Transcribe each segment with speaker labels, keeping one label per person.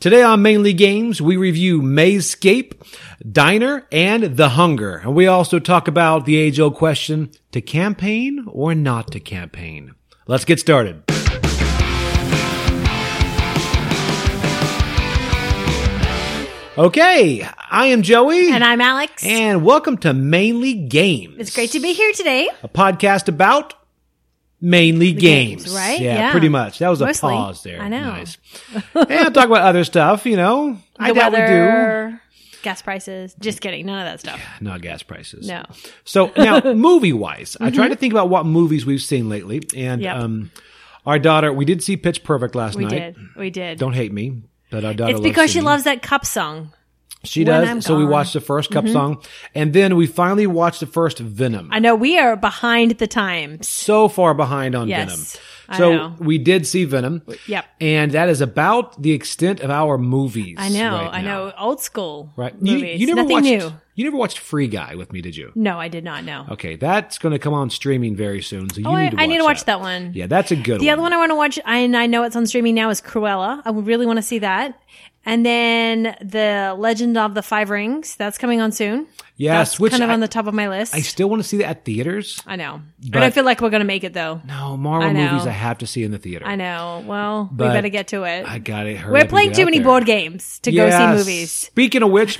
Speaker 1: Today on Mainly Games, we review Mazecape, Diner, and The Hunger. And we also talk about the age old question to campaign or not to campaign. Let's get started. Okay, I am Joey.
Speaker 2: And I'm Alex.
Speaker 1: And welcome to Mainly Games.
Speaker 2: it's great to be here today.
Speaker 1: a podcast about mainly games,
Speaker 2: games, right?
Speaker 1: Yeah,
Speaker 2: Yeah.
Speaker 1: pretty much. That was a
Speaker 2: Mostly.
Speaker 1: pause there.
Speaker 2: I know.
Speaker 1: Nice. and I'll talk about other stuff, you know. I doubt
Speaker 2: gas prices. Just kidding. None of that stuff.
Speaker 1: we do. Not gas prices.
Speaker 2: No. Mm-hmm.
Speaker 1: So now, movie wise, I tried to think about what movies we've seen lately, and
Speaker 2: Yep.
Speaker 1: um, our daughter, we did see Pitch Perfect last
Speaker 2: We
Speaker 1: night.
Speaker 2: did. We did.
Speaker 1: Don't hate me. But our daughter
Speaker 2: it's
Speaker 1: loves
Speaker 2: because she
Speaker 1: singing.
Speaker 2: loves that cup song.
Speaker 1: She
Speaker 2: When
Speaker 1: does.
Speaker 2: I'm
Speaker 1: so we
Speaker 2: Gone. Mm-hmm.
Speaker 1: watched the first Cup song, and then we finally watched the first Venom.
Speaker 2: I know we are behind the times.
Speaker 1: so far behind on
Speaker 2: Yes,
Speaker 1: Venom.
Speaker 2: I
Speaker 1: So
Speaker 2: know.
Speaker 1: we did see Venom.
Speaker 2: Yep.
Speaker 1: And that is about the extent of our movies.
Speaker 2: I know.
Speaker 1: right
Speaker 2: I
Speaker 1: now.
Speaker 2: know. Old school.
Speaker 1: Right. You-
Speaker 2: Movies.
Speaker 1: You, never
Speaker 2: Nothing
Speaker 1: watched,
Speaker 2: new.
Speaker 1: You never watched Free Guy with me, did you?
Speaker 2: No, I did not know.
Speaker 1: Okay, that's going to come on streaming very soon. So you
Speaker 2: oh, I,
Speaker 1: need to watch
Speaker 2: I need to watch
Speaker 1: that.
Speaker 2: that, one.
Speaker 1: Yeah, that's a good
Speaker 2: The
Speaker 1: one.
Speaker 2: other one I want to watch, I- and I know it's on streaming now, is Cruella. I would really want to see that. And then the Legend of the Five Rings. That's coming on soon.
Speaker 1: yes,
Speaker 2: That's
Speaker 1: which
Speaker 2: kind of
Speaker 1: I,
Speaker 2: on the top of my list.
Speaker 1: I still want to see that at theaters.
Speaker 2: I know.
Speaker 1: But-
Speaker 2: I don't feel like we're going to make it though.
Speaker 1: No, Marvel
Speaker 2: I know.
Speaker 1: movies I have to see in the theater.
Speaker 2: I know. Well,
Speaker 1: But
Speaker 2: we better get to it.
Speaker 1: I got it. Hurry up
Speaker 2: we're
Speaker 1: and
Speaker 2: playing
Speaker 1: get
Speaker 2: too
Speaker 1: out
Speaker 2: many
Speaker 1: there.
Speaker 2: board games to
Speaker 1: Yes.
Speaker 2: go see movies.
Speaker 1: Speaking of which,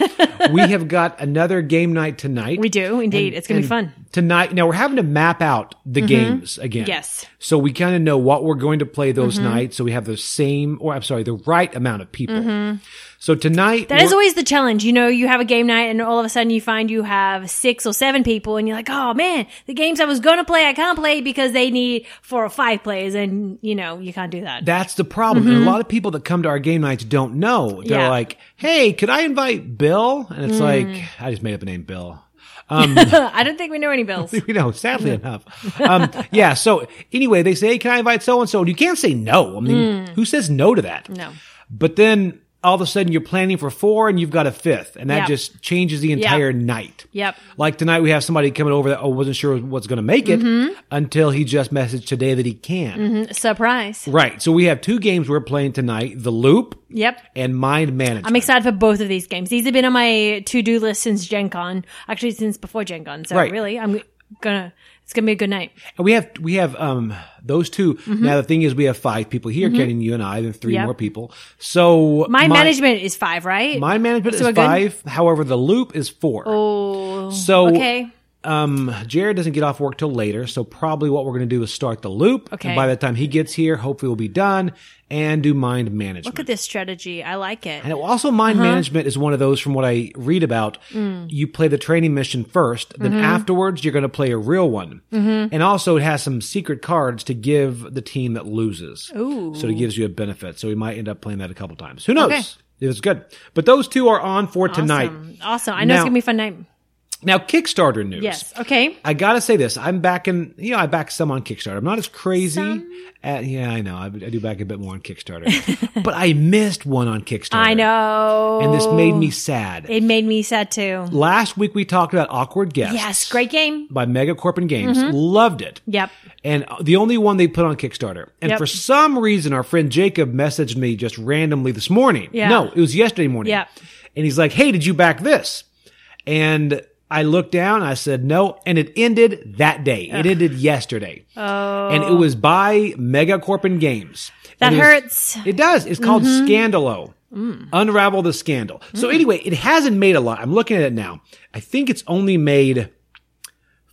Speaker 1: we have got another game night tonight.
Speaker 2: We do indeed. it's going to be
Speaker 1: And
Speaker 2: fun. Mm-hmm.
Speaker 1: tonight. Now we're having to map out the games again.
Speaker 2: Yes. Mm-hmm.
Speaker 1: So we kind of know what we're going to play those nights. So we have the same, or I'm sorry, the right amount of people. So tonight,
Speaker 2: Mm-hmm. That is
Speaker 1: we're-
Speaker 2: always the challenge. You know, you have a game night and all of a sudden you find you have six or seven people and you're like, oh man, the games I was going to play, I can't play because they need four or five players and you know, you can't do that.
Speaker 1: that's the problem. And a lot of people that come to our game nights don't know. They're
Speaker 2: Mm-hmm. Yeah. Mm.
Speaker 1: like, "Hey, could I invite Bill?" And it's like, I just made up a name, Bill.
Speaker 2: I don't think we know any bills.
Speaker 1: You know, sadly enough. Um, yeah. So anyway, they say, "Hey, "Can I invite so and so?" You can't say no. I mean, who says no to that?
Speaker 2: Mm. No.
Speaker 1: But then all of a sudden you're planning for four and you've got a fifth, and that
Speaker 2: Yep.
Speaker 1: just changes the entire night.
Speaker 2: Yep.
Speaker 1: Like tonight we have somebody coming over that oh, wasn't sure what's going to make it
Speaker 2: Mm-hmm.
Speaker 1: until he just messaged today that he can.
Speaker 2: Mm, Surprise.
Speaker 1: Right. So we have two games we're playing tonight: the Loop
Speaker 2: Yep.
Speaker 1: and Mind Management.
Speaker 2: I'm excited for both of these games. These have been on my to do list since Gen Con, actually since before Gen Con. So
Speaker 1: Right.
Speaker 2: really, I'm gonna. It's gonna be a good night.
Speaker 1: And we have we have um those 2 Now the thing is we have five people here, counting you and I, then three
Speaker 2: Mm-hmm. Yep.
Speaker 1: more people. So
Speaker 2: Mind
Speaker 1: my-
Speaker 2: management is five, right?
Speaker 1: Mind management
Speaker 2: So
Speaker 1: is
Speaker 2: we're good?
Speaker 1: five. However, the loop is four.
Speaker 2: Oh,
Speaker 1: so
Speaker 2: okay.
Speaker 1: um, Jared doesn't get off work till later, so probably what we're going to do is start the loop.
Speaker 2: Okay.
Speaker 1: And by the time he gets here, hopefully we'll be done and do mind management.
Speaker 2: Look at Uh-huh. this strategy. I like it.
Speaker 1: And also, mind management is one of those from what I read about.
Speaker 2: Mm.
Speaker 1: You play the training mission first, then
Speaker 2: Mm-hmm.
Speaker 1: afterwards, you're going to play a real one. And also, it has some secret cards to give the team that loses. Ooh. So it gives you a benefit. So we might end up playing that a couple times. Who knows?
Speaker 2: Okay.
Speaker 1: It was good. But those two are on for tonight.
Speaker 2: Awesome. Awesome. I know
Speaker 1: Now-
Speaker 2: it's gonna be a fun night.
Speaker 1: Now, Kickstarter news.
Speaker 2: Yes. Okay.
Speaker 1: I gotta say this. I'm backing, you know, I back some on Kickstarter. I'm not as crazy. At, yeah, I know. I, I do back a bit more on Kickstarter. but I missed one on Kickstarter.
Speaker 2: I know.
Speaker 1: And this made me sad.
Speaker 2: It made me sad too.
Speaker 1: Last week we talked about Awkward Guests.
Speaker 2: Yes. Mm-hmm. Great game.
Speaker 1: By Megacorp and Games. Loved it.
Speaker 2: Yep.
Speaker 1: And the only one they put on Kickstarter. And
Speaker 2: Yep.
Speaker 1: for some reason, our friend Jacob messaged me just randomly this morning.
Speaker 2: Yeah.
Speaker 1: No, it was yesterday morning.
Speaker 2: Yep.
Speaker 1: And he's like, hey, did you back this? And I looked down, I said no, and it ended that day. It ended yesterday. Oh. And it was by Megacorp and Games.
Speaker 2: That
Speaker 1: It is-
Speaker 2: hurts.
Speaker 1: it does. It's called
Speaker 2: Mm-hmm.
Speaker 1: Scandalo.
Speaker 2: Mm.
Speaker 1: Unravel the Scandal. So anyway, it hasn't made a lot. I'm looking at it now. I think it's only made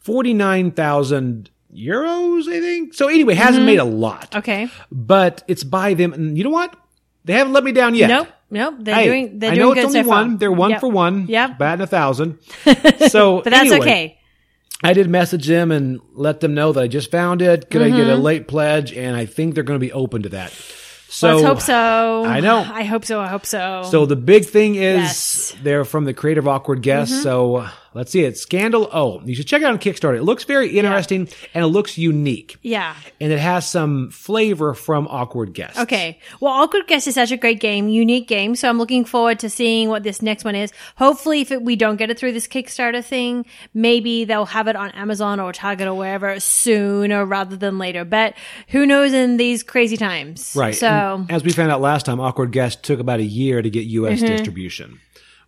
Speaker 1: 49,000 euros, I think. So anyway, it hasn't made a lot.
Speaker 2: Mm-hmm. Okay.
Speaker 1: But it's by them. And you know what? They haven't let me down yet.
Speaker 2: Nope. Nope. They're
Speaker 1: Hey,
Speaker 2: doing. They're
Speaker 1: I
Speaker 2: doing
Speaker 1: know
Speaker 2: good
Speaker 1: it's only
Speaker 2: so far.
Speaker 1: one. They're one
Speaker 2: Yep.
Speaker 1: for one.
Speaker 2: Yep.
Speaker 1: Batting a thousand. So,
Speaker 2: But that's
Speaker 1: anyway,
Speaker 2: okay.
Speaker 1: I did message them and let them know that I just found it. Could I get a late pledge? And I think they're going to be open to that. So
Speaker 2: Mm-hmm. Let's hope so.
Speaker 1: I know.
Speaker 2: I hope so. I hope so.
Speaker 1: So the big thing is
Speaker 2: Yes. Mm-hmm.
Speaker 1: they're from the creative awkward guest. So uh, Let's see it. Scandal O. You should check it out on Kickstarter. It looks very interesting and it looks unique.
Speaker 2: Yeah.
Speaker 1: And it has some flavor from Awkward Guest.
Speaker 2: Okay. Well, Awkward Guess is such a great game, unique game. So I'm looking forward to seeing what this next one is. Hopefully, if it, we don't get it through this Kickstarter thing, maybe they'll have it on Amazon or Target or wherever sooner rather than later. But who knows in these crazy times?
Speaker 1: Right.
Speaker 2: So
Speaker 1: And as we found out last time, Awkward Guest took about a year to get U.S. distribution,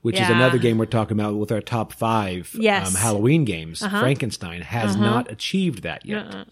Speaker 1: which is
Speaker 2: Mm-hmm. Yeah.
Speaker 1: another game we're talking about with our top five
Speaker 2: Yes. Uh-huh.
Speaker 1: um, Halloween games. Frankenstein has not achieved that yet.
Speaker 2: Uh-uh.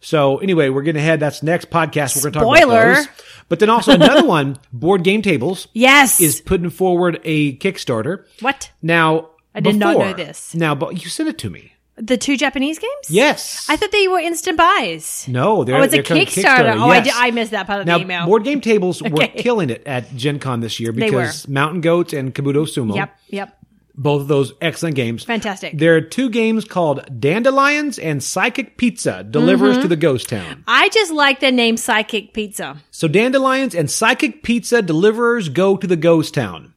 Speaker 1: So anyway, we're getting ahead. That's next podcast. We're going to talk
Speaker 2: Spoiler.
Speaker 1: about those. But then also another one, Board Game Tables,
Speaker 2: yes.
Speaker 1: is putting forward a Kickstarter.
Speaker 2: what?
Speaker 1: Now I
Speaker 2: did not know this.
Speaker 1: Now, but you sent it to me.
Speaker 2: The two Japanese games?
Speaker 1: Yes.
Speaker 2: I thought they were instant buys.
Speaker 1: no, they're,
Speaker 2: Oh, it's a
Speaker 1: they're coming
Speaker 2: Kickstarter. Oh, I,
Speaker 1: yes.
Speaker 2: did, I missed that part of
Speaker 1: Now,
Speaker 2: the email.
Speaker 1: board game tables were killing it at Gen Con this year
Speaker 2: They were.
Speaker 1: because Mountain Goats and Kabuto Sumo,
Speaker 2: yep. Yep.
Speaker 1: both of those excellent games.
Speaker 2: Fantastic.
Speaker 1: There are two games called Dandelions and Psychic Pizza Delivers
Speaker 2: Mm-hmm.
Speaker 1: to the Ghost Town.
Speaker 2: I just like the name Psychic Pizza.
Speaker 1: So, Dandelions and Psychic Pizza Deliverers Go to the Ghost Town.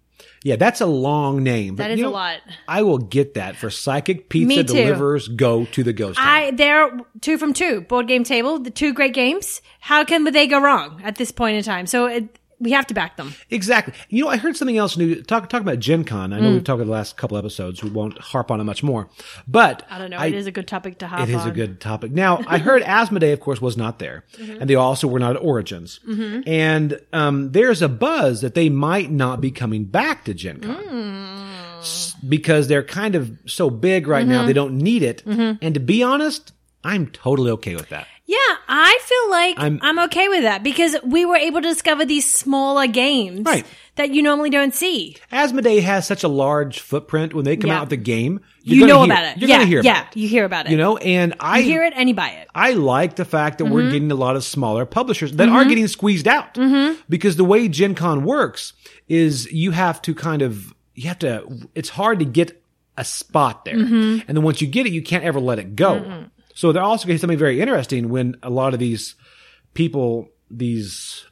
Speaker 1: Yeah, that's a long name. But
Speaker 2: That is
Speaker 1: you
Speaker 2: a
Speaker 1: know,
Speaker 2: lot.
Speaker 1: I will get that for Psychic
Speaker 2: Me
Speaker 1: Pizza
Speaker 2: too.
Speaker 1: Delivers Go to the Ghost Town.
Speaker 2: I they're two from two board game table. The two great games. How can they go wrong at this point in time? So it, we have to back them.
Speaker 1: Exactly. You know, I heard something else new. Talk, talk about Gen Con.
Speaker 2: Mm.
Speaker 1: I know we've talked about the last couple episodes. We won't harp on it much more. But
Speaker 2: I don't know. it is a good topic to hop
Speaker 1: It is
Speaker 2: on.
Speaker 1: a good topic. Now, I heard Asmodee, of course, was not there,
Speaker 2: Mm-hmm.
Speaker 1: and they also were not at Origins. And um, there's a buzz that they might not be coming back to Gen Con
Speaker 2: Mm.
Speaker 1: S- because they're kind of so big right now, they
Speaker 2: Mm-hmm.
Speaker 1: don't need it. And to be honest, I'm totally okay with that.
Speaker 2: yeah, I feel like I'm,
Speaker 1: I'm-
Speaker 2: okay with that because we were able to discover these smaller games
Speaker 1: Right.
Speaker 2: that you normally don't see.
Speaker 1: Asmodee has such a large footprint. When they come
Speaker 2: Yeah.
Speaker 1: out with the game, you're
Speaker 2: You
Speaker 1: gonna
Speaker 2: know
Speaker 1: hear
Speaker 2: about it.
Speaker 1: You're
Speaker 2: yeah,
Speaker 1: going to hear
Speaker 2: yeah,
Speaker 1: about it.
Speaker 2: you hear about it.
Speaker 1: You know, and I
Speaker 2: you hear it and you buy it.
Speaker 1: I like the fact that
Speaker 2: Mm-hmm.
Speaker 1: we're getting a lot of smaller publishers that are getting squeezed out
Speaker 2: Mm-hmm.
Speaker 1: because the way Gen Con works is you have to kind of, you have to, it's hard to get a spot there.
Speaker 2: Mm-hmm.
Speaker 1: And then once you get it, you can't ever let it go. So they're also getting something very interesting when a lot of these people, these,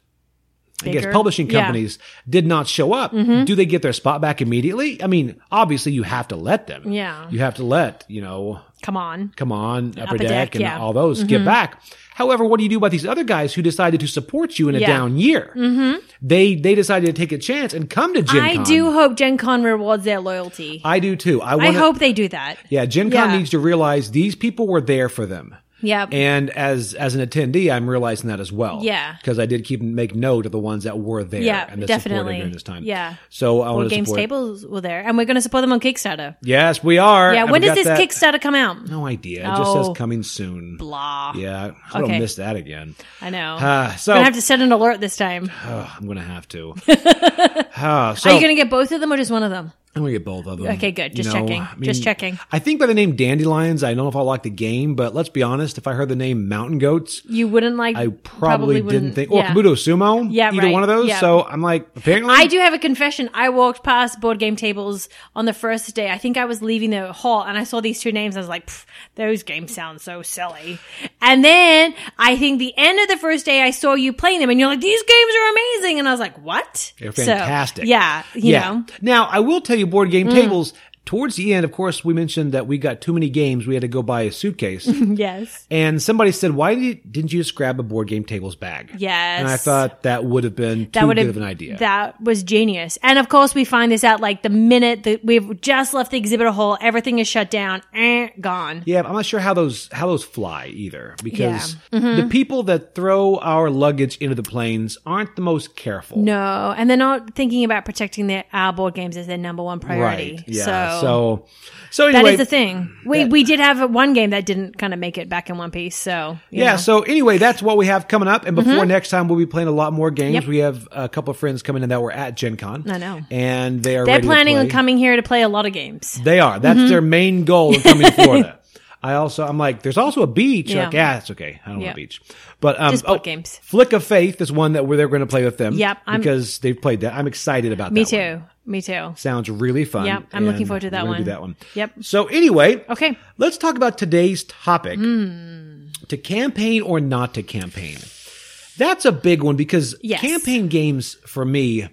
Speaker 1: I
Speaker 2: Bigger?
Speaker 1: guess publishing
Speaker 2: Yeah. Mm-hmm.
Speaker 1: companies did not show up. Do they get their spot back immediately? I mean, obviously you have to let them.
Speaker 2: Yeah.
Speaker 1: You have to let, you know,
Speaker 2: Come on.
Speaker 1: come on, upper,
Speaker 2: Upper
Speaker 1: deck,
Speaker 2: Deck,
Speaker 1: and
Speaker 2: yeah. Mm-hmm.
Speaker 1: all those get back. However, what do you do about these other guys who decided to support you in a
Speaker 2: Yeah.
Speaker 1: down year? Mm-hmm. They they decided to take a chance and come to Gen
Speaker 2: I
Speaker 1: Con.
Speaker 2: do hope Gen Con rewards their loyalty. I,
Speaker 1: I do too. I, wanna,
Speaker 2: hope they do that.
Speaker 1: Yeah, Gen Con
Speaker 2: Yeah.
Speaker 1: needs to realize these people were there for them.
Speaker 2: Yep.
Speaker 1: And as as an attendee, I'm realizing that as well.
Speaker 2: Yeah.
Speaker 1: because I did keep make note of the ones that were there.
Speaker 2: Yeah,
Speaker 1: and that
Speaker 2: definitely.
Speaker 1: supported during this time.
Speaker 2: Yeah.
Speaker 1: so I want
Speaker 2: Board
Speaker 1: to
Speaker 2: Games
Speaker 1: support.
Speaker 2: Tables were there, and we're going to support them on Kickstarter.
Speaker 1: Yes, we are.
Speaker 2: Yeah,
Speaker 1: And
Speaker 2: when
Speaker 1: we
Speaker 2: does
Speaker 1: got
Speaker 2: this
Speaker 1: that-
Speaker 2: Kickstarter come out?
Speaker 1: No idea. It just says
Speaker 2: Oh.
Speaker 1: coming soon.
Speaker 2: Blah.
Speaker 1: Yeah, I hope I
Speaker 2: Okay.
Speaker 1: don't miss that again.
Speaker 2: I know.
Speaker 1: Uh, so
Speaker 2: I'm gonna have to set an alert this time.
Speaker 1: Oh, I'm gonna have to. Ah, so
Speaker 2: Are you gonna get both of them or just one of them?
Speaker 1: I'm gonna get both of them.
Speaker 2: Okay, good.
Speaker 1: You
Speaker 2: Just checking. Just checking.
Speaker 1: I think by the name Dandelions, I don't know if I like the game, but let's be honest. If I heard the name Mountain Goats,
Speaker 2: You wouldn't like.
Speaker 1: I probably, didn't
Speaker 2: wouldn't-
Speaker 1: think or
Speaker 2: yeah.
Speaker 1: Kabuto Sumo.
Speaker 2: Yeah,
Speaker 1: either
Speaker 2: right.
Speaker 1: one of those.
Speaker 2: Yeah.
Speaker 1: So I'm like, apparently,
Speaker 2: I do have a confession. I walked past board game tables on the first day. I think I was leaving the hall and I saw these two names. I was like, "Pff, those games sound so silly. And then I think the end of the first day, I saw you playing them and you're like, these games are amazing. And I was like, what?
Speaker 1: They're
Speaker 2: So,
Speaker 1: fantastic.
Speaker 2: yeah. You know, Mm.
Speaker 1: Now I will tell you, board game tables. Towards the end, of course, we mentioned that we got too many games. We had to go buy a suitcase.
Speaker 2: yes.
Speaker 1: and somebody said, "Why did you, didn't you just grab a board game tables bag?"
Speaker 2: Yes.
Speaker 1: And I thought that would have been too
Speaker 2: that would
Speaker 1: good
Speaker 2: have
Speaker 1: of an idea.
Speaker 2: That was genius. And of course, we find this out like the minute that we've just left the exhibit hall, everything is shut down, eh, gone.
Speaker 1: Yeah, I'm not sure how those how those fly either because
Speaker 2: Mm-hmm.
Speaker 1: the people that throw our luggage into the planes aren't the most careful.
Speaker 2: No, and they're not thinking about protecting their our board games as their number one priority.
Speaker 1: right? Yeah.
Speaker 2: So,
Speaker 1: So, so,
Speaker 2: that
Speaker 1: anyway,
Speaker 2: is the thing. We we did have one game that didn't kind of make it back in one piece. So you
Speaker 1: Yeah.
Speaker 2: know.
Speaker 1: So anyway, that's what we have coming up, and before next time, we'll be playing a lot more games.
Speaker 2: Mm-hmm. Yep.
Speaker 1: We have a couple of friends coming in that were at Gen Con.
Speaker 2: I know.
Speaker 1: and they are
Speaker 2: they're
Speaker 1: ready to
Speaker 2: planning on
Speaker 1: play.
Speaker 2: coming here to play a lot of games.
Speaker 1: They are. That's
Speaker 2: Mm-hmm.
Speaker 1: their main goal in coming to Florida. I also, I'm like, there's also a beach. You're
Speaker 2: Yeah.
Speaker 1: Like, yeah, it's okay. I don't
Speaker 2: Yeah.
Speaker 1: want a beach. But, um,
Speaker 2: Just board games.
Speaker 1: Flick of Faith is one that we're, they're going to play with them.
Speaker 2: Yep, I'm-
Speaker 1: because they've played that. I'm excited about
Speaker 2: Me
Speaker 1: that. one.
Speaker 2: too. Me too.
Speaker 1: Sounds really fun.
Speaker 2: Yep, I'm looking
Speaker 1: and
Speaker 2: forward to that
Speaker 1: we're gonna do
Speaker 2: one.
Speaker 1: that one.
Speaker 2: Yep.
Speaker 1: So anyway,
Speaker 2: Okay.
Speaker 1: let's talk about today's topic.
Speaker 2: Hmm.
Speaker 1: To campaign or not to campaign. That's a big one because
Speaker 2: Yes.
Speaker 1: campaign games for me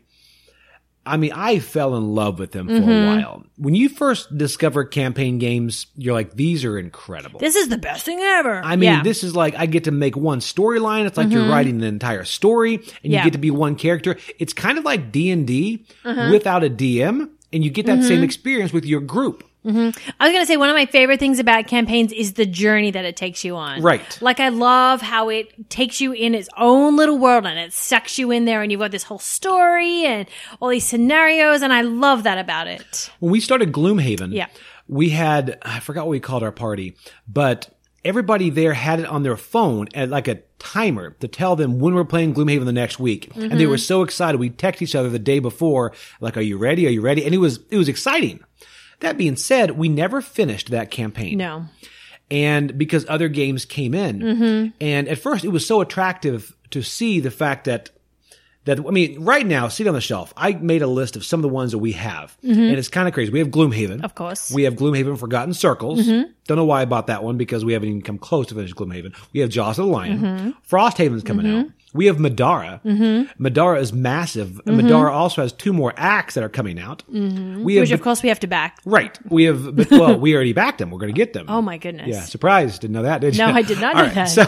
Speaker 1: I mean, I fell in love with them for a
Speaker 2: Mm-hmm.
Speaker 1: while. When you first discover campaign games, you're like, these are incredible.
Speaker 2: This is the best thing ever.
Speaker 1: I mean,
Speaker 2: yeah. Mm-hmm.
Speaker 1: this is like I get to make one storyline. It's like you're writing an entire story, and you
Speaker 2: Yeah.
Speaker 1: get to be one character. It's kind of like D and D
Speaker 2: Uh-huh.
Speaker 1: without a DM, and you get that
Speaker 2: Mm-hmm.
Speaker 1: same experience with your group.
Speaker 2: I was going to say one of my favorite things about campaigns is the journey that it takes you on.
Speaker 1: Right.
Speaker 2: Like I love how it takes you in its own little world and it sucks you in there and you've got this whole story and all these scenarios and I love that about it.
Speaker 1: When we started Gloomhaven,
Speaker 2: Yeah.
Speaker 1: we had I forgot what we called our party, but everybody there had it on their phone at like a timer to tell them when we're playing Gloomhaven the next week. And
Speaker 2: Mm-hmm.
Speaker 1: they were so excited. We text each other the day before, like, Are you ready? Are you ready? And it was it was exciting. That being said, we never finished that campaign.
Speaker 2: No.
Speaker 1: and because other games came in.
Speaker 2: Mm-hmm.
Speaker 1: And at first, it was so attractive to see the fact that that I mean, right now, see it on the shelf. I made a list of some of the ones that we have, and it's kind of crazy. We have Gloomhaven,
Speaker 2: Mm-hmm. Of course. Mm-hmm.
Speaker 1: We have Gloomhaven: Forgotten Circles. Don't know why I bought that one because we haven't even come close to finish Gloomhaven. We have Jaws of the Lion.
Speaker 2: Mm-hmm.
Speaker 1: Frosthaven's coming out. We have Madara. Madara is massive. And
Speaker 2: Mm-hmm.
Speaker 1: Madara also has two more acts that are coming out. We have
Speaker 2: Which of course we have to back.
Speaker 1: right. We have but- well, we already backed them. We're going to get them.
Speaker 2: Oh my goodness.
Speaker 1: Yeah, surprise. Didn't know that, did you?
Speaker 2: No, I did not
Speaker 1: All
Speaker 2: know that.
Speaker 1: So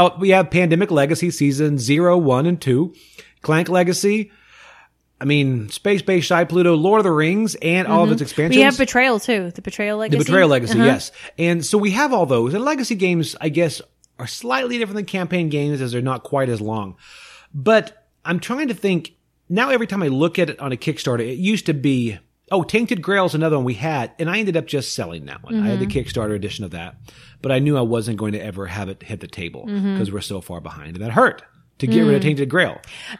Speaker 1: uh, we have Pandemic Legacy Season 0, 1, and 2. Clank Legacy. I mean, Space Base Shy Pluto, Lord of the Rings, and all of its expansions.
Speaker 2: Mm-hmm. We have Betrayal too. The Betrayal
Speaker 1: the
Speaker 2: Legacy.
Speaker 1: Betrayal Legacy, yes. And so we have all those. And Legacy games, I guess, are slightly different than campaign games as they're not quite as long. But I'm trying to think now every time I look at it on a Kickstarter, it used to be, oh, Tainted Grail is another one we had, and I ended up just selling that one. I had the Kickstarter edition of that, but I knew I wasn't going to ever have it hit the table because we're so far behind, and that hurt to get rid of Tainted Grail.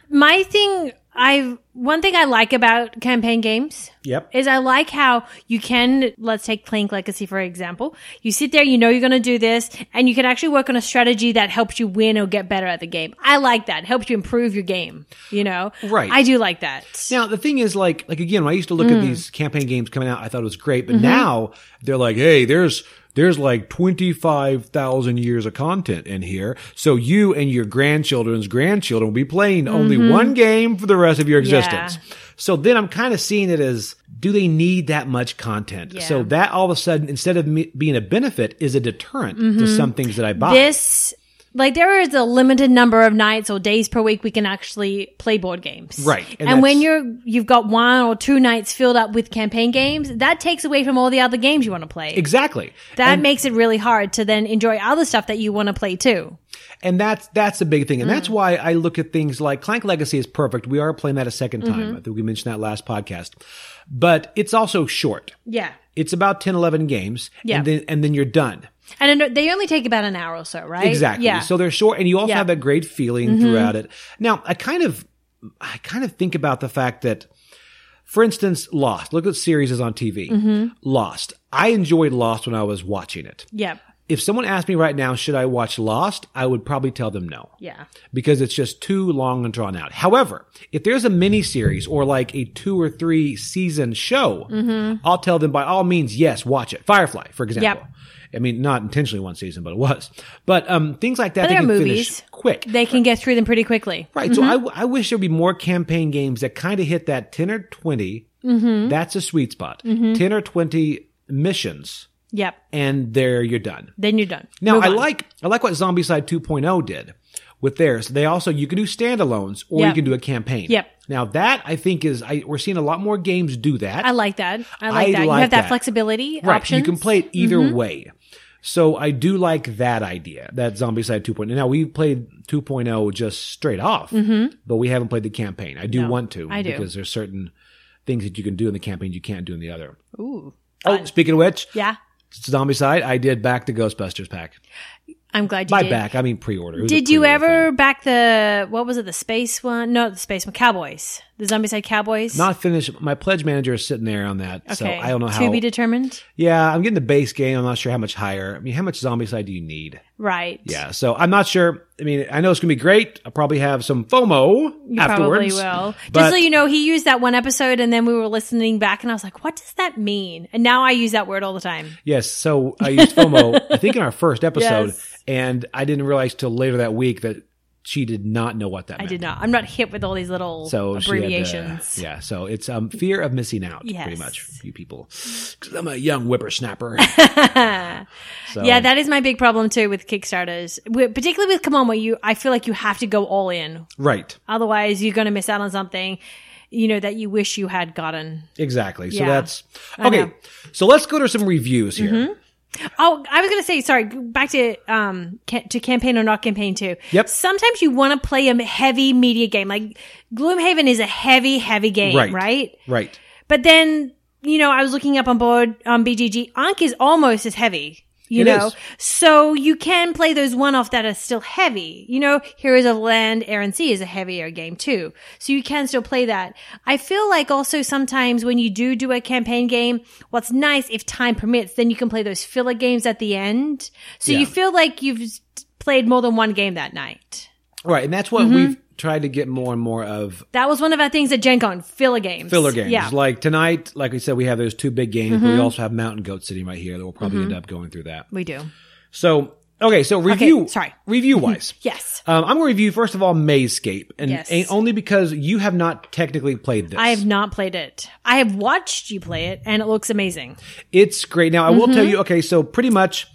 Speaker 2: My thing I one thing I like about campaign games
Speaker 1: Yep.
Speaker 2: is I like how you can, let's take Clank Legacy for example. You sit there, you know you're going to do this, and you can actually work on a strategy that helps you win or get better at the game. I like that. It helps you improve your game, you know?
Speaker 1: Right.
Speaker 2: I do like that.
Speaker 1: Now the thing is, like, like again, when I used to look
Speaker 2: Mm.
Speaker 1: at these campaign games coming out, I thought it was great,
Speaker 2: Mm-hmm.
Speaker 1: but now they're like, hey, there's there's like twenty five thousand years of content in here, so you and your grandchildren's grandchildren will be playing only
Speaker 2: Mm-hmm.
Speaker 1: one game for the rest of your existence. So then I'm kind of seeing it as, do they need that much content?
Speaker 2: Yeah.
Speaker 1: So that all of a sudden, instead of me being a benefit, is a deterrent to some things that I buy.
Speaker 2: Mm-hmm. This, like, there is a limited number of nights or days per week we can actually play board games.
Speaker 1: Right, and
Speaker 2: And, when
Speaker 1: that's-
Speaker 2: you're, you've got one or two nights filled up with campaign games, that takes away from all the other games you want to play.
Speaker 1: exactly.
Speaker 2: that makes it really hard to then enjoy other stuff that you want to play too.
Speaker 1: And that's that's the big thing, and
Speaker 2: Mm.
Speaker 1: that's why I look at things like Clank Legacy is perfect. We are playing that a 2nd
Speaker 2: Mm-hmm.
Speaker 1: time. I think we mentioned that last podcast, but it's also short.
Speaker 2: Yeah.
Speaker 1: It's about 10, 11 games,
Speaker 2: Yeah.
Speaker 1: and then and then you're done.
Speaker 2: And I know- they only take about an hour or so, right?
Speaker 1: Exactly.
Speaker 2: Yeah.
Speaker 1: So they're short, and you also
Speaker 2: Yeah. Mm-hmm.
Speaker 1: have that great feeling throughout it. Now, I kind of, I kind of think about the fact that, for instance, Lost. Look at series is on TV.
Speaker 2: Mm-hmm.
Speaker 1: Lost. I enjoyed Lost when I was watching it.
Speaker 2: yeah.
Speaker 1: If someone asked me right now, should I watch Lost? I would probably tell them no.
Speaker 2: Yeah.
Speaker 1: because it's just too long and drawn out. However, if there's a mini series or like a two or three season show,
Speaker 2: Mm-hmm.
Speaker 1: I'll tell them by all means, yes, watch it. Firefly, for example. I mean, not intentionally one season, but it was. But um, things like that, they
Speaker 2: there
Speaker 1: can
Speaker 2: are
Speaker 1: finish
Speaker 2: movies. Mm-hmm.
Speaker 1: quick.
Speaker 2: They can get through them pretty quickly.
Speaker 1: Right. So I w- I, wish there'd be more campaign games that kind of hit that 10 or 20.
Speaker 2: Mm-hmm.
Speaker 1: That's a sweet spot. 10 or 20 missions,
Speaker 2: Yep.
Speaker 1: and there you're done.
Speaker 2: Then you're done.
Speaker 1: Now
Speaker 2: Move
Speaker 1: I
Speaker 2: on.
Speaker 1: like I like what Zombicide 2.0 did with theirs. They also you can do standalones or you
Speaker 2: Yep.
Speaker 1: can do a campaign.
Speaker 2: Yep.
Speaker 1: Now that I think is I, we're seeing a lot more games do that.
Speaker 2: I like that. I like
Speaker 1: I
Speaker 2: that. you
Speaker 1: like
Speaker 2: have that,
Speaker 1: that.
Speaker 2: flexibility
Speaker 1: right.
Speaker 2: option.
Speaker 1: You can play it either
Speaker 2: Mm-hmm.
Speaker 1: way. So I do like that idea, that Zombicide 2.0. Now we played 2.0 just straight off, but we haven't played the campaign. I do want to
Speaker 2: Mm-hmm. I do.
Speaker 1: because there's certain things that you can do in the campaign you can't do in the other.
Speaker 2: Ooh.
Speaker 1: Oh, speaking of which,
Speaker 2: Yeah.
Speaker 1: Zombicide, I did back the Ghostbusters pack.
Speaker 2: I'm glad you
Speaker 1: By
Speaker 2: did.
Speaker 1: back, I mean pre-order. It was a
Speaker 2: Did you
Speaker 1: pre-order thing.
Speaker 2: ever back the what was it? The space one? No, the space one. Cowboys. The zombie side Cowboys.
Speaker 1: Not finished. My pledge manager is sitting there on that, so
Speaker 2: okay.
Speaker 1: I don't know
Speaker 2: to
Speaker 1: how.
Speaker 2: be determined.
Speaker 1: yeah, I'm getting the base game. I'm not sure how much higher. I mean, how much zombie side do you need?
Speaker 2: Right.
Speaker 1: Yeah, so I'm not sure. I mean, I know it's gonna be great. I'll probably have some FOMO
Speaker 2: You
Speaker 1: afterwards.
Speaker 2: probably will.
Speaker 1: but-
Speaker 2: Just so you know, he used that one episode, and then we were listening back, and I was like, "What does that mean?" And now I use that word all the time.
Speaker 1: Yes, so I used FOMO. I think in our first episode,
Speaker 2: Yes.
Speaker 1: and I didn't realize till later that week that She did not know what that
Speaker 2: I
Speaker 1: meant.
Speaker 2: did not. I'm not hit with all these little
Speaker 1: So she had to-
Speaker 2: abbreviations.
Speaker 1: yeah, so it's um, fear of missing out, pretty
Speaker 2: Yes.
Speaker 1: much. You people, 'Cause I'm a young whippersnapper. so,
Speaker 2: Yeah, that is my big problem too with Kickstarters, Wi- particularly with Come On, where you I feel like you have to go all in,
Speaker 1: right.
Speaker 2: otherwise you're going to miss out on something, you know, that you wish you had gotten.
Speaker 1: Exactly. So
Speaker 2: Yeah.
Speaker 1: that's okay.
Speaker 2: know.
Speaker 1: So let's go to some reviews here.
Speaker 2: Oh, I was going to say, sorry, back to um ca- to campaign or not campaign too.
Speaker 1: Yep.
Speaker 2: Sometimes you want to play a heavy media game, like Gloomhaven is a heavy, heavy game,
Speaker 1: Right.
Speaker 2: right?
Speaker 1: Right.
Speaker 2: But then you know, I was looking up on board um, on BGG, Ankh is almost as heavy. You
Speaker 1: It
Speaker 2: know,
Speaker 1: is.
Speaker 2: so you can play those one off that are still heavy. You know, Heroes of Land, Air and Sea is a heavier game too. So you can still play that. I feel like also sometimes when you do do a campaign game, what's nice if time permits, then you can play those filler games at the end. So
Speaker 1: Yeah.
Speaker 2: you feel like you've s- played more than one game that night.
Speaker 1: Right. And that's what
Speaker 2: Mm-hmm.
Speaker 1: we've tried to get more and more of
Speaker 2: That was one of our things at Gen Con, filler games.
Speaker 1: filler games.
Speaker 2: Yeah. Mm-hmm.
Speaker 1: Like tonight, like we said, we have those two big games, but we also have Mountain Goat sitting right here that we'll probably end up going through that.
Speaker 2: we do.
Speaker 1: So, okay. So review.
Speaker 2: sorry. Mm-hmm.
Speaker 1: Review wise.
Speaker 2: Yes.
Speaker 1: Um, I'm going to review first of all Mayscape, and
Speaker 2: Yes.
Speaker 1: and only because you have not technically played this.
Speaker 2: I have not played it. I have watched you play it, and it looks amazing.
Speaker 1: It's great. Now I will tell you. Okay, so pretty much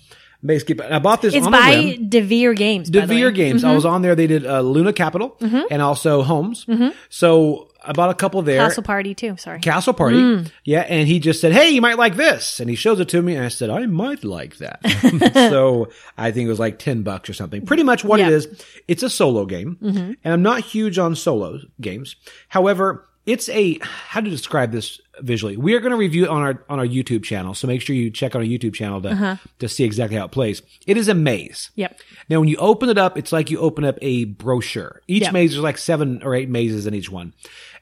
Speaker 1: Mayscape. and I bought this
Speaker 2: Mm-hmm. It's
Speaker 1: on a whim.
Speaker 2: by Devere Games. by the
Speaker 1: Devere
Speaker 2: way.
Speaker 1: Games. I was on there. They did uh, Luna Capital
Speaker 2: Mm-hmm.
Speaker 1: and also Homes. So I bought a couple there.
Speaker 2: Castle Mm. Party too. Sorry.
Speaker 1: Castle Party. Yeah. And he just said, Hey, you might like this. And he shows it to me. And I said, I might like that. so I think it was like 10 bucks or something. Pretty much what it
Speaker 2: Yeah. Mm-hmm.
Speaker 1: is. It's a solo game. And I'm not huge on solo games. However, it's a, how to describe this visually? We are going to review it on our, on our YouTube channel. So make sure you check on our YouTube channel to, to see exactly how it plays. It is a maze.
Speaker 2: Uh-huh. Yep.
Speaker 1: Now, when you open it up, it's like you open up a brochure. Each
Speaker 2: Yep.
Speaker 1: maze, there's like seven or eight mazes in each one.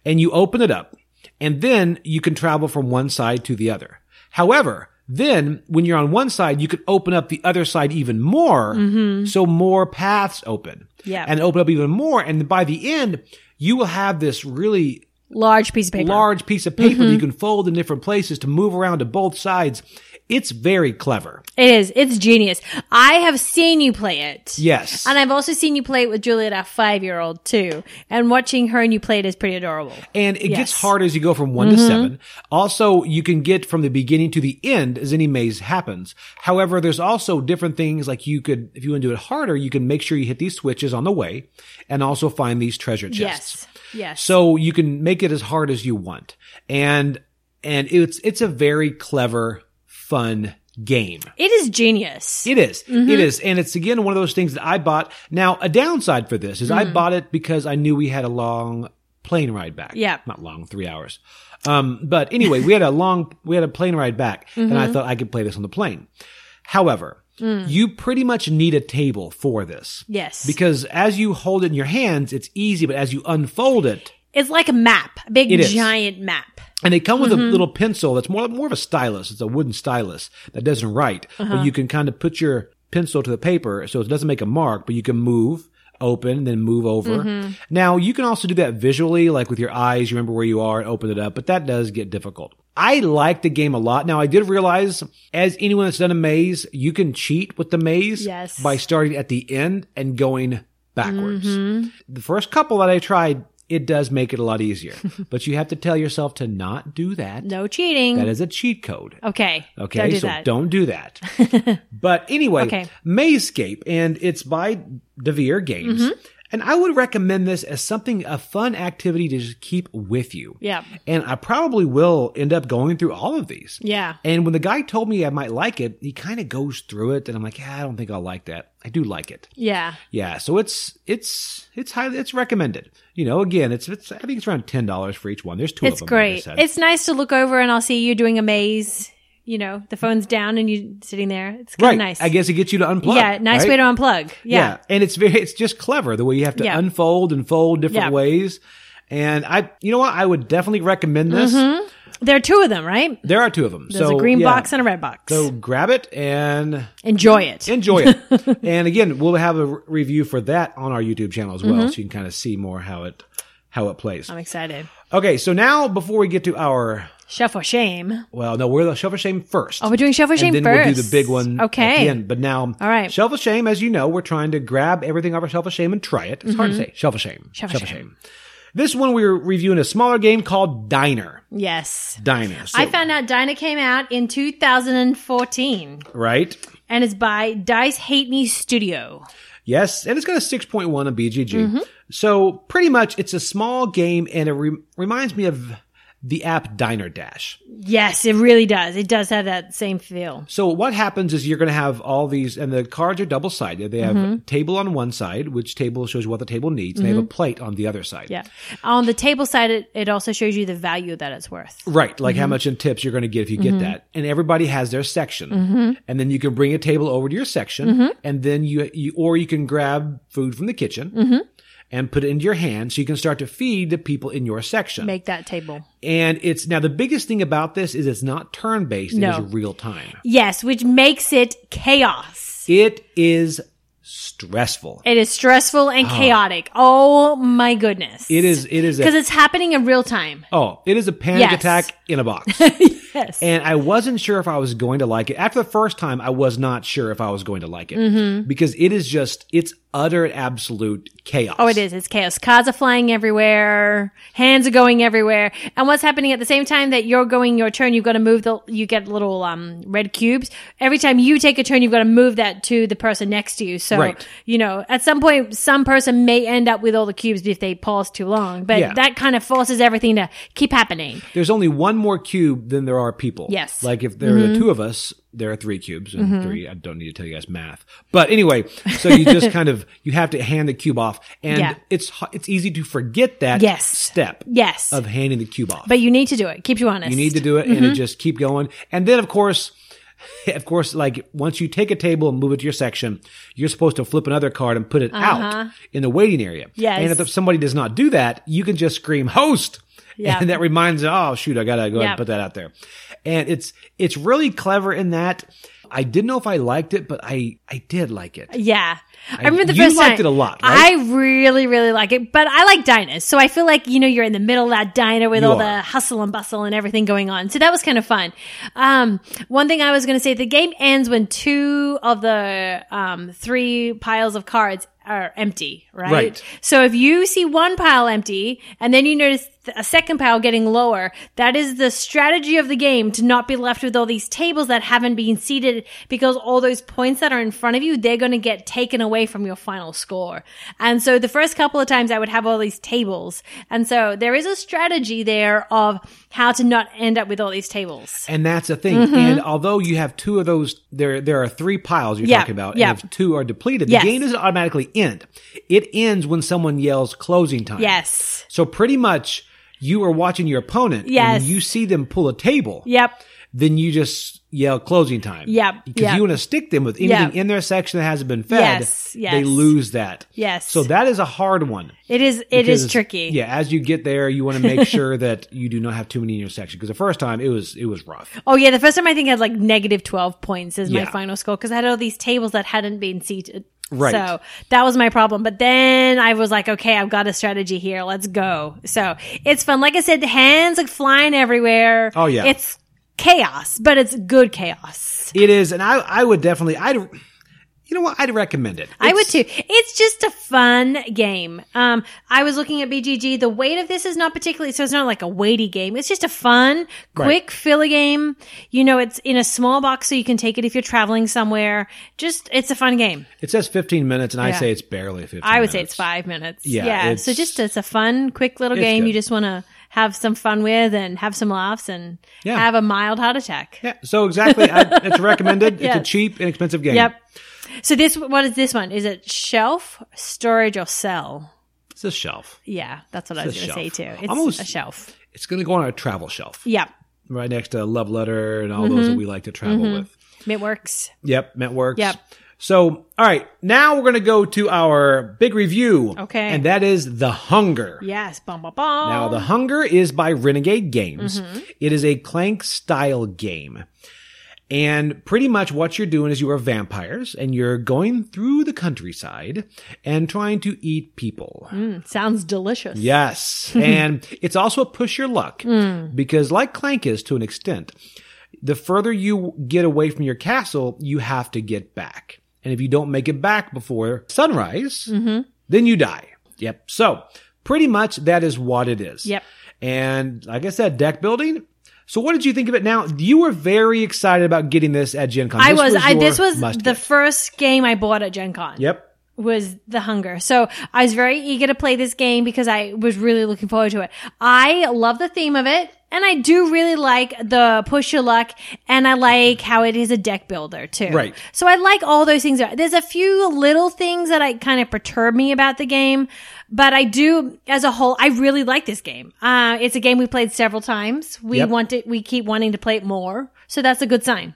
Speaker 1: And you open it up, and then you can travel from one side to the other. However, then when you're on one side, you could open up the other side even more. So more paths open.
Speaker 2: Yep.
Speaker 1: And open up even more. And by the end, you will have this really
Speaker 2: Large piece of paper.
Speaker 1: large piece of paper that you can fold in different places to move around to both sides. It's very clever.
Speaker 2: It is. It's genius. I have seen you play it.
Speaker 1: Yes.
Speaker 2: And I've also seen you play it with Juliet, our five-year-old too. And watching her and you play it is pretty adorable.
Speaker 1: And it gets
Speaker 2: Yes. Mm-hmm.
Speaker 1: harder as you go from one to seven. Also, you can get from the beginning to the end as any maze happens. However, there's also different things like you could, if you want to do it harder, you can make sure you hit these switches on the way and also find these treasure chests.
Speaker 2: Yes. Yes.
Speaker 1: So you can make it as hard as you want. And, and it's, it's a very clever, fun game.
Speaker 2: it is genius.
Speaker 1: It is.
Speaker 2: Mm-hmm.
Speaker 1: It is. And it's again one of those things that I bought. Now, a downside for this is I
Speaker 2: Mm.
Speaker 1: bought it because I knew we had a long plane ride back.
Speaker 2: Yeah.
Speaker 1: Not long, three hours. Um, but anyway, we had a long, we had a plane ride back and
Speaker 2: Mm-hmm.
Speaker 1: I thought I could play this on the plane. However, you pretty much need a table for this.
Speaker 2: Mm. yes.
Speaker 1: Because as you hold it in your hands, it's easy, but as you unfold it,
Speaker 2: it's like a map, a
Speaker 1: It
Speaker 2: big
Speaker 1: is.
Speaker 2: giant map.
Speaker 1: and they come with a little pencil that's more more of a stylus. It's a wooden stylus that doesn't write, but you can kind of put your pencil to the paper so it doesn't make a mark, but you can move open then move over. Now you can also do that visually, like with your eyes, you remember where you are and open it up, but that does get difficult. I like the game a lot. Now I did realize, as anyone that's done a maze, you can cheat with the maze
Speaker 2: Yes.
Speaker 1: by starting at the end and going backwards. The first couple that I tried, it does make it a lot easier. but you have to tell yourself to not do that.
Speaker 2: No cheating.
Speaker 1: That is a cheat code.
Speaker 2: okay.
Speaker 1: Okay,
Speaker 2: Don't do
Speaker 1: so
Speaker 2: that.
Speaker 1: don't do that. but anyway,
Speaker 2: Okay.
Speaker 1: Mayscape, and it's by Devere Games.
Speaker 2: Mm-hmm.
Speaker 1: And I would recommend this as something, a fun activity to just keep with you.
Speaker 2: Yeah.
Speaker 1: And I probably will end up going through all of these.
Speaker 2: Yeah.
Speaker 1: And when the guy told me I might like it, he kind of goes through it, and I'm like, yeah, I don't think I'll like that. I do like it.
Speaker 2: Yeah.
Speaker 1: Yeah, so it's it's it's highly it's recommended. You know, again, it's it's I think it's around ten dollars for each one. There's two
Speaker 2: It's
Speaker 1: of them. like I
Speaker 2: great.
Speaker 1: said.
Speaker 2: It's nice to look over and I'll see you doing a maze. You know, the phone's down and you sitting there. It's kind
Speaker 1: right.
Speaker 2: of nice.
Speaker 1: I guess it gets you to unplug.
Speaker 2: yeah, nice
Speaker 1: right?
Speaker 2: way to unplug. Yeah.
Speaker 1: and it's very it's just clever the way you have to
Speaker 2: Yeah.
Speaker 1: unfold and fold different
Speaker 2: Yeah.
Speaker 1: ways. And I, you know what, I would definitely recommend this.
Speaker 2: There are two of them, right?
Speaker 1: There are two of them.
Speaker 2: Mm-hmm. There's
Speaker 1: so
Speaker 2: a green
Speaker 1: yeah.
Speaker 2: box and a red box.
Speaker 1: So grab it and
Speaker 2: Enjoy it.
Speaker 1: enjoy it.
Speaker 2: Mm-hmm.
Speaker 1: and again, we'll have a re- review for that on our YouTube channel as well, so you can kind of see more how it how it plays.
Speaker 2: I'm excited.
Speaker 1: Okay, so now before we get to our
Speaker 2: Chef or shame.
Speaker 1: well, no, we're the Shelf of Shame first.
Speaker 2: Oh, we're doing Chef or shame
Speaker 1: and then
Speaker 2: first.
Speaker 1: we'll do the big one
Speaker 2: Okay.
Speaker 1: at the end. But now,
Speaker 2: All right.
Speaker 1: Shelf of Shame, as you know, we're trying to grab everything off our Shelf of Shame and try it. It's hard to say. Shelf of Shame.
Speaker 2: Mm-hmm. Shelf of Shame.
Speaker 1: This one we were reviewing a smaller game called Diner.
Speaker 2: Yes.
Speaker 1: Diner. So,
Speaker 2: I found out Dinah came out in 2014
Speaker 1: right?
Speaker 2: and is by Dice Hate Me Studio.
Speaker 1: Yes, and it's got a 6.1 on BGG.
Speaker 2: Mm-hmm.
Speaker 1: So pretty much it's a small game and it re- reminds me of the app Diner Dash.
Speaker 2: Yes, it really does. It does have that same feel.
Speaker 1: So what happens is you're going to have all these, and the cards are double sided. They have
Speaker 2: Mm-hmm.
Speaker 1: a table on one side, which table shows you what the table needs, and they have a plate on the other side.
Speaker 2: Yeah. On the table side, it, it also shows you the value that it's worth.
Speaker 1: Right, like
Speaker 2: Mm-hmm.
Speaker 1: how much in tips you're going to get if you get that, and everybody has their section,
Speaker 2: Mm-hmm.
Speaker 1: and then you can bring a table over to your section, and then you, you or you can grab food from the kitchen
Speaker 2: Mm-hmm.
Speaker 1: and put it into your hand, so you can start to feed the people in your section.
Speaker 2: Make that table.
Speaker 1: and it's now the biggest thing about this is it's not turn based;
Speaker 2: No.
Speaker 1: it is real time.
Speaker 2: Yes, which makes it chaos.
Speaker 1: It is stressful.
Speaker 2: It is stressful and chaotic. Oh my goodness.
Speaker 1: Ah. It is. It is a
Speaker 2: Because it's happening in real time.
Speaker 1: Oh, it is a panic
Speaker 2: Yes.
Speaker 1: attack in a box.
Speaker 2: Yes.
Speaker 1: and I wasn't sure if I was going to like it. After the first time, I was not sure if I was going to like it
Speaker 2: Mm-hmm.
Speaker 1: because it is just, it's utter and absolute chaos.
Speaker 2: Oh, it is. It's chaos. Cars are flying everywhere. Hands are going everywhere. And what's happening at the same time that you're going your turn, you've got to move the, you get little, um, red cubes. Every time you take a turn, you've got to move that to the person next to you. So,
Speaker 1: Right.
Speaker 2: you know, at some point, some person may end up with all the cubes if they pause too long, but
Speaker 1: Yeah.
Speaker 2: that kind of forces everything to keep happening.
Speaker 1: There's only one more cube than there are people.
Speaker 2: Yes. Mm-hmm.
Speaker 1: Like if there are the two of us, there are three cubes and three. I don't need to tell you guys math. But anyway, so you just kind of, you have to hand the cube off and
Speaker 2: Yeah.
Speaker 1: it's, ho- it's easy to forget that
Speaker 2: Yes.
Speaker 1: step
Speaker 2: Yes.
Speaker 1: of handing the cube off.
Speaker 2: but you need to do it. Keep you honest.
Speaker 1: You need to do it
Speaker 2: Mm-hmm.
Speaker 1: and it just keep going. And then of course, of course, like once you take a table and move it to your section, you're supposed to flip another card and put it out in the waiting area.
Speaker 2: Uh-huh. Yes.
Speaker 1: And if somebody does not do that, you can just scream host.
Speaker 2: Yeah.
Speaker 1: And that reminds oh shoot, I gotta go ahead
Speaker 2: Yeah.
Speaker 1: and put that out there. And it's it's really clever in that. I didn't know if I liked it, but I I did like it.
Speaker 2: Yeah. I, remember the
Speaker 1: you
Speaker 2: first
Speaker 1: liked it
Speaker 2: time-
Speaker 1: a lot, right?
Speaker 2: I really, really like it, but I like diners. So I feel like, you know, you're in the middle of that diner with
Speaker 1: You
Speaker 2: all
Speaker 1: are.
Speaker 2: the hustle and bustle and everything going on. So that was kind of fun. Um, one thing I was going to say, the game ends when two of the, um, three piles of cards are empty, right?
Speaker 1: Right.
Speaker 2: So if you see one pile empty and then you notice th- a second pile getting lower, that is the strategy of the game to not be left with all these tables that haven't been seated because all those points that are in front of you, they're going to get taken away from your final score. And so the first couple of times I would have all these tables. And so there is a strategy there of how to not end up with all these tables.
Speaker 1: And that's the thing.
Speaker 2: Mm-hmm.
Speaker 1: And although you have two of those, there there are three piles you're
Speaker 2: Yeah,
Speaker 1: talking about.
Speaker 2: yeah.
Speaker 1: And if two are depleted,
Speaker 2: Yes.
Speaker 1: the game doesn't automatically end. It ends when someone yells closing time.
Speaker 2: Yes.
Speaker 1: So pretty much you are watching your opponent.
Speaker 2: Yes.
Speaker 1: And when you see them pull a table.
Speaker 2: Yep.
Speaker 1: Then you just yell closing time.
Speaker 2: Yep,
Speaker 1: Because
Speaker 2: yep.
Speaker 1: you want to stick them with anything
Speaker 2: Yeah.
Speaker 1: in their section that hasn't been fed.
Speaker 2: Yes, yes.
Speaker 1: They lose that.
Speaker 2: Yes.
Speaker 1: So that is a hard one.
Speaker 2: It is, it is
Speaker 1: Because,
Speaker 2: tricky.
Speaker 1: Yeah, as you get there, you want to make sure that you do not have too many in your section. Because the first time it was it was rough.
Speaker 2: Oh yeah, the first time I think I had like negative twelve points as my
Speaker 1: Yeah.
Speaker 2: final score because I had all these tables that hadn't been seated.
Speaker 1: Right.
Speaker 2: So that was my problem. But then I was like, okay, I've got a strategy here. Let's go. So it's fun. Like I said, the hands are flying everywhere.
Speaker 1: Oh, yeah.
Speaker 2: It's chaos, but it's good chaos.
Speaker 1: It is, and I I would definitely I'd you know what I'd recommend it.
Speaker 2: I would too. It's just a fun game. Um, I was looking at BGG. The weight of this is not particularly, so it's not like a weighty game. It's just a fun,
Speaker 1: Right.
Speaker 2: quick filler game. You know, it's in a small box, so you can take it if you're traveling somewhere. Just, it's a fun game.
Speaker 1: It says 15 minutes, and I
Speaker 2: Yeah.
Speaker 1: say it's barely 15.
Speaker 2: I would say it's
Speaker 1: minutes.
Speaker 2: five minutes.
Speaker 1: Yeah,
Speaker 2: So
Speaker 1: it's-
Speaker 2: just, it's a fun, quick little
Speaker 1: It's
Speaker 2: game. You
Speaker 1: good.
Speaker 2: just want to have some fun with and have some laughs and
Speaker 1: Yeah.
Speaker 2: have a mild heart attack.
Speaker 1: Yeah, so exactly, I, it's recommended.
Speaker 2: Yes.
Speaker 1: It's a cheap and expensive game.
Speaker 2: Yep. So this, what is this one? Is it shelf, storage, or cell?
Speaker 1: it's a shelf.
Speaker 2: Yeah, that's what I was
Speaker 1: It's a
Speaker 2: going to say too.
Speaker 1: shelf.
Speaker 2: It's
Speaker 1: Almost-
Speaker 2: a shelf.
Speaker 1: It's going to go on our travel shelf,
Speaker 2: Yeah,
Speaker 1: right next to Love Letter and all those that we like to travel with.
Speaker 2: it works.
Speaker 1: Yep, that works.
Speaker 2: Mm-hmm. Yep.
Speaker 1: So, all right, now we're going to go to our big review.
Speaker 2: Okay.
Speaker 1: and that is the Hunger.
Speaker 2: Yes, bum bum bum.
Speaker 1: Now, The Hunger is by Renegade Games. It is a Clank style game. And pretty much what you're doing is you are vampires and you're going through the countryside and trying to eat people.
Speaker 2: Sounds delicious.
Speaker 1: Yes. and it's also a push your luck because like Clank is to an extent, the further you get away from your castle, you have to get back. And if you don't make it back before sunrise, then you die. Yep. So pretty much that is what it is.
Speaker 2: Yep.
Speaker 1: And like I said, deck building. So what did you think of it now? You were very excited about getting this at Gen Con.
Speaker 2: I
Speaker 1: This
Speaker 2: was, I
Speaker 1: your
Speaker 2: this was
Speaker 1: must
Speaker 2: the
Speaker 1: get.
Speaker 2: first game I bought at Gen Con.
Speaker 1: Yep.
Speaker 2: was the hunger. So I was very eager to play this game because I was really looking forward to it. I love the theme of it. And I do really like the push your luck and I like how it is a deck builder too.
Speaker 1: Right.
Speaker 2: So I like all those things. There's a few little things that I kind of perturb me about the game, but I do as a whole, I really like this game. Uh, it's a game we played several times. We
Speaker 1: Yep.
Speaker 2: want it, we keep wanting to play it more. So that's a good sign.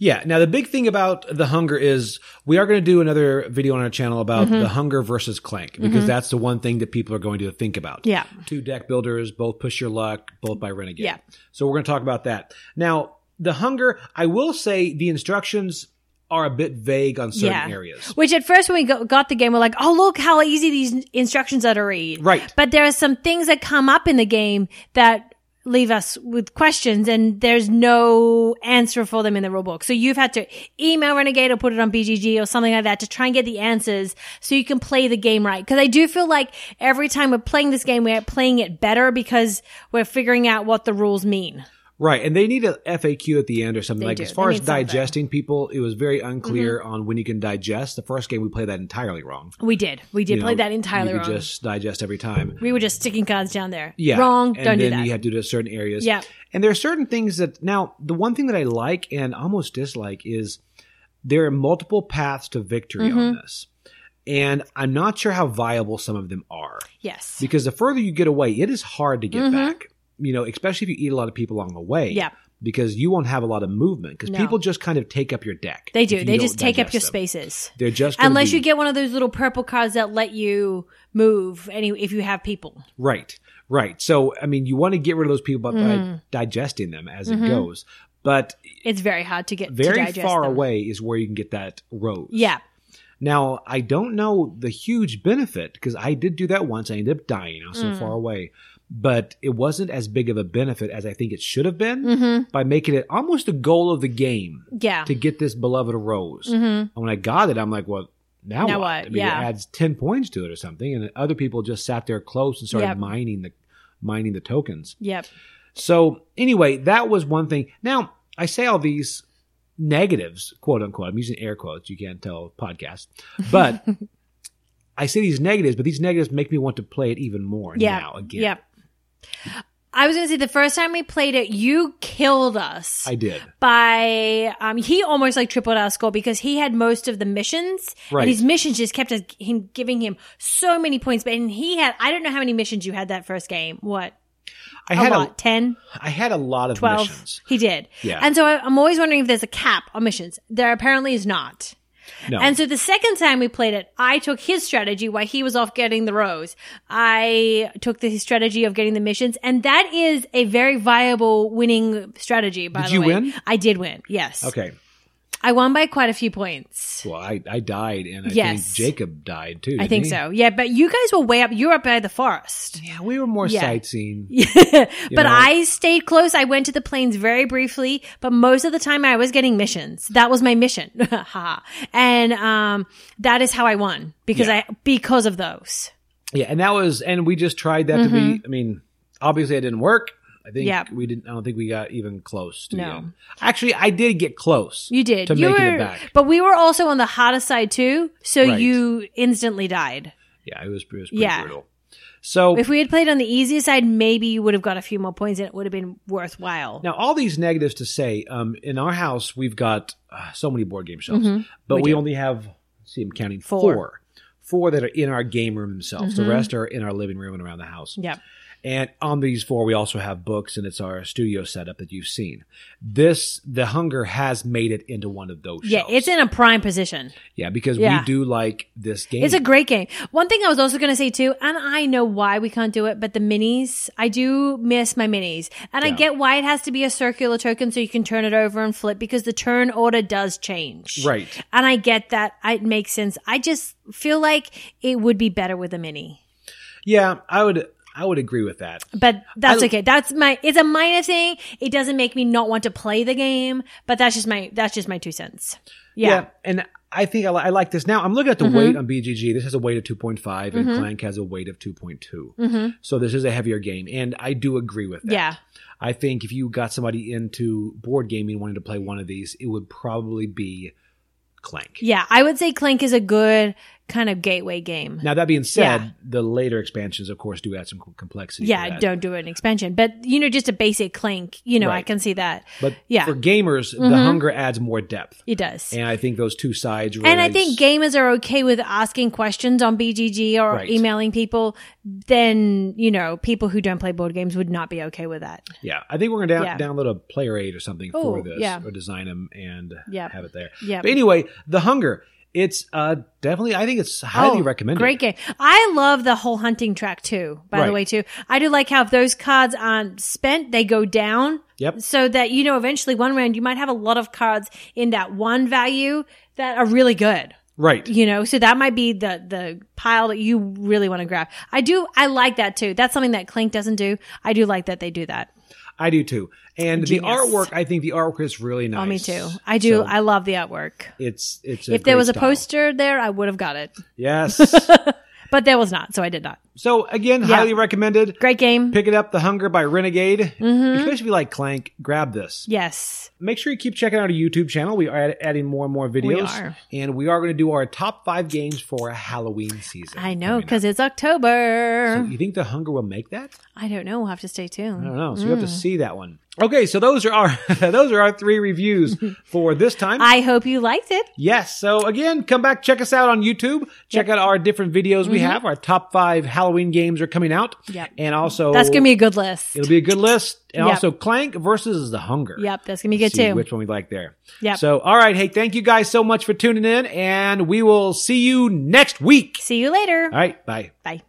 Speaker 1: Yeah. Now the big thing about the hunger is we are going to do another video on our channel about
Speaker 2: Mm-hmm.
Speaker 1: the hunger versus clank because that's the one thing that people are going to think about.
Speaker 2: Yeah.
Speaker 1: Two deck builders, both push your luck, both by renegade.
Speaker 2: Yeah.
Speaker 1: So we're going to talk about that. Now the hunger, I will say the instructions are a bit vague on certain areas.
Speaker 2: Which at first, when we go- got the game, we're like, "Oh, look how easy these instructions are to read."
Speaker 1: Right.
Speaker 2: But there are some things that come up in the game that leave us with questions, and there's no answer for them in the rulebook. So you've had to email Renegade or put it on BGG or something like that to try and get the answers so you can play the game right. Because I do feel like every time we're playing this game, we're playing it better because we're figuring out what the rules mean.
Speaker 1: Right. And they need a FAQ at the end or something. like
Speaker 2: do.
Speaker 1: as far
Speaker 2: They
Speaker 1: as
Speaker 2: need something. Mm-hmm.
Speaker 1: digesting people, it was very unclear on when you can digest. The first game we played that entirely wrong.
Speaker 2: We did. We did
Speaker 1: You
Speaker 2: play
Speaker 1: know,
Speaker 2: that entirely
Speaker 1: you could
Speaker 2: wrong.
Speaker 1: just digest every time.
Speaker 2: we were just sticking cards down there.
Speaker 1: Yeah.
Speaker 2: Wrong.
Speaker 1: And
Speaker 2: Don't
Speaker 1: then
Speaker 2: do that.
Speaker 1: you have to do it in certain areas.
Speaker 2: Yeah.
Speaker 1: And there are certain things that now the one thing that I like and almost dislike is there are multiple paths to victory
Speaker 2: Mm-hmm.
Speaker 1: on this. And I'm not sure how viable some of them are.
Speaker 2: yes.
Speaker 1: Because the further you get away, it is hard to get back. You know, especially if you eat a lot of people along the way.
Speaker 2: Mm-hmm. Yeah.
Speaker 1: Because you won't have a lot of movement. Because
Speaker 2: No.
Speaker 1: people just kind of take up your deck.
Speaker 2: They
Speaker 1: if
Speaker 2: do.
Speaker 1: you
Speaker 2: They
Speaker 1: don't
Speaker 2: just take up
Speaker 1: digest
Speaker 2: your
Speaker 1: them.
Speaker 2: spaces.
Speaker 1: They're just gonna
Speaker 2: Unless
Speaker 1: be-
Speaker 2: you get one of those little purple cards that let you move any if you have people.
Speaker 1: Right, right. So, I mean, you want to get rid of those people by,
Speaker 2: Mm-hmm.
Speaker 1: by digesting them as it goes. But
Speaker 2: It's very hard Mm-hmm. to get to
Speaker 1: very
Speaker 2: digest
Speaker 1: far
Speaker 2: them.
Speaker 1: away is where you can get that rose.
Speaker 2: Yeah.
Speaker 1: Now, I don't know the huge benefit because I did do that once. I ended up dying. I was
Speaker 2: Mm.
Speaker 1: so far away. But it wasn't as big of a benefit as I think it should have been by making it almost a goal of the game
Speaker 2: Mm. Mm-hmm. Yeah. Mm-hmm.
Speaker 1: to get this beloved rose. And when I got it, I'm like, well, now,
Speaker 2: Now
Speaker 1: what?
Speaker 2: what?
Speaker 1: I mean,
Speaker 2: Yeah.
Speaker 1: it adds 10 points to it or something. And other people just sat there close and started
Speaker 2: Yep.
Speaker 1: mining the mining the tokens.
Speaker 2: Yep.
Speaker 1: So anyway, that was one thing. Now I say all these negatives, quote unquote. I'm using air quotes. You can't tell podcast, but I say these negatives, but these negatives make me want to play it even more
Speaker 2: Yeah.
Speaker 1: now again.
Speaker 2: Yep. I was gonna say the first time we played it, you killed us.
Speaker 1: I did.
Speaker 2: by um he almost like tripled our score because he had most of the missions
Speaker 1: Right.
Speaker 2: and his missions just kept us, him giving him so many points but and he had I don't know how many missions you had that first game what
Speaker 1: I
Speaker 2: a
Speaker 1: had
Speaker 2: lot 10
Speaker 1: a I had a lot of
Speaker 2: 12
Speaker 1: missions.
Speaker 2: he did
Speaker 1: Yeah.
Speaker 2: and so I, i'm always wondering if there's a cap on missions there apparently is not
Speaker 1: No.
Speaker 2: and so the second time we played it i took his strategy while he was off getting the rose i took the strategy of getting the missions and that is a very viable winning strategy by
Speaker 1: Did
Speaker 2: the
Speaker 1: you
Speaker 2: way
Speaker 1: win?
Speaker 2: i did win yes
Speaker 1: okay.
Speaker 2: i won by quite a few points
Speaker 1: Well, I, I died, and I
Speaker 2: Yes.
Speaker 1: think Jacob died too.
Speaker 2: i
Speaker 1: didn't
Speaker 2: think
Speaker 1: he?
Speaker 2: so yeah but you guys were way up you were up by the forest
Speaker 1: Yeah, we were more
Speaker 2: Yeah.
Speaker 1: sightseeing.
Speaker 2: but
Speaker 1: know?
Speaker 2: I stayed close. I went to the plains very briefly, but most of the time I was getting missions. That was my mission. Haha. and um that is how I won because
Speaker 1: Yeah.
Speaker 2: I because of those.
Speaker 1: Yeah, and that was, and we just tried that to
Speaker 2: Mm-hmm.
Speaker 1: be. I mean, obviously, it didn't work. I think
Speaker 2: Yeah.
Speaker 1: we didn't. I don't think we got even close to the
Speaker 2: No.
Speaker 1: end. Actually, I did get close.
Speaker 2: You did.
Speaker 1: to
Speaker 2: you
Speaker 1: making
Speaker 2: were,
Speaker 1: it back.
Speaker 2: But we were also on the hottest side too, so
Speaker 1: Right.
Speaker 2: you instantly died.
Speaker 1: Yeah, it was, it was pretty
Speaker 2: Yeah.
Speaker 1: brutal. So
Speaker 2: If we had played on the easiest side, maybe you would have got a few more points and it would have been worthwhile.
Speaker 1: now, all these negatives to say. Um, in our house, we've got uh, so many board game shelves, but we,
Speaker 2: Mm-hmm. We do.
Speaker 1: only have. let's see, I'm counting
Speaker 2: Four. Mm-hmm.
Speaker 1: four. Four that are in our game room themselves. The rest are in our living room and around the house.
Speaker 2: Yeah.
Speaker 1: And on these four, we also have books, and it's our studio setup that you've seen. This, The Hunger, has made it into one of those.
Speaker 2: Yeah,
Speaker 1: shelves.
Speaker 2: it's in a prime position.
Speaker 1: yeah, because
Speaker 2: Yeah.
Speaker 1: we do like this game.
Speaker 2: It's a great game. One thing I was also going to say too, and I know why we can't do it, but the minis, I do miss my minis. And I
Speaker 1: Yeah.
Speaker 2: get why it has to be a circular token so you can turn it over and flip because the turn order does change.
Speaker 1: Right.
Speaker 2: And I get that. It makes sense. I just feel like it would be better with a mini.
Speaker 1: yeah, I would I would agree with that.
Speaker 2: But that's
Speaker 1: I-
Speaker 2: okay. That's my it's a minor thing. It doesn't make me not want to play the game, but that's just my that's just my two cents. Yeah. Mm-hmm.
Speaker 1: and I think I, li- I like this. Now I'm looking at the weight on BGG. This has a weight of 2.5, and Clank has a weight of 2.2. So this is a heavier game, and I do agree with that.
Speaker 2: Mm-hmm. Yeah.
Speaker 1: I think if you got somebody into board gaming wanting to play one of these, it would probably be Clank.
Speaker 2: Yeah, I would say Clank is a good kind of gateway game.
Speaker 1: Now that being said,
Speaker 2: Yeah.
Speaker 1: the later expansions, of course, do add some co- complexity. to
Speaker 2: yeah,
Speaker 1: that.
Speaker 2: don't do an expansion, but you know, just a basic Clank, you know, I
Speaker 1: Right.
Speaker 2: can see that.
Speaker 1: But
Speaker 2: Yeah. Mm-hmm.
Speaker 1: for gamers, the hunger adds more depth,
Speaker 2: It does.
Speaker 1: and I think those two sides. Really
Speaker 2: And I think gamers are okay with asking questions on BGG or
Speaker 1: Right.
Speaker 2: emailing people. Then, you know, people who don't play board games would not be okay with that.
Speaker 1: Yeah, I think we're gonna down-
Speaker 2: Yeah.
Speaker 1: download a player aid or something
Speaker 2: Ooh,
Speaker 1: for this,
Speaker 2: yeah.
Speaker 1: or design them and
Speaker 2: Yep.
Speaker 1: have it there.
Speaker 2: Yep.
Speaker 1: But anyway, the hunger. It's uh, definitely. I think it's highly
Speaker 2: Oh,
Speaker 1: recommended.
Speaker 2: Great game. I love the whole hunting track too, by the
Speaker 1: Right.
Speaker 2: way, too. I do like how if those cards aren't spent, they go down.
Speaker 1: Yep.
Speaker 2: So that, you know, eventually one round, you might have a lot of cards in that one value that are really good.
Speaker 1: Right.
Speaker 2: You know, so that might be the, the pile that you really want to grab. I do, I like that too. That's something that Clink doesn't do. I do like that they do that.
Speaker 1: I do too. And the
Speaker 2: Genius.
Speaker 1: artwork. I think the artwork is really nice.
Speaker 2: Oh, me too. I do,
Speaker 1: So
Speaker 2: I love the artwork.
Speaker 1: it's it's. A
Speaker 2: If there
Speaker 1: great
Speaker 2: was a
Speaker 1: style.
Speaker 2: poster there, I would have got it,
Speaker 1: Yes.
Speaker 2: but there was not. So I did not.
Speaker 1: so again, highly recommended.
Speaker 2: Great game.
Speaker 1: Pick it up, The Hunger by Renegade.
Speaker 2: Mm-hmm.
Speaker 1: Especially if you like Clank, grab this.
Speaker 2: Yes.
Speaker 1: Make sure you keep checking out our YouTube channel. We are add- adding more and more videos.
Speaker 2: are.
Speaker 1: And we are going to do our top five games for Halloween season.
Speaker 2: I know,
Speaker 1: coming up.
Speaker 2: because it's October.
Speaker 1: You think The Hunger will make that?
Speaker 2: I don't know. We'll have to stay tuned.
Speaker 1: I don't know. So you have to
Speaker 2: Mm.
Speaker 1: see that one. Okay, so those are our those are our three reviews for this time.
Speaker 2: I hope you liked it.
Speaker 1: Yes. So again, come back, check us out on YouTube. Check out our different videos we have. Our top five Halloween games are coming out.
Speaker 2: Mm-hmm. Yep.
Speaker 1: And also
Speaker 2: That's gonna be a good list.
Speaker 1: it'll be a good list. And
Speaker 2: Yep.
Speaker 1: also Clank versus the Hunger.
Speaker 2: Yep, that's gonna be good
Speaker 1: see
Speaker 2: too.
Speaker 1: which one we like there.
Speaker 2: Yep.
Speaker 1: So all right, hey, thank you guys so much for tuning in, and we will see you next week.
Speaker 2: See you later.
Speaker 1: All right, bye.
Speaker 2: Bye.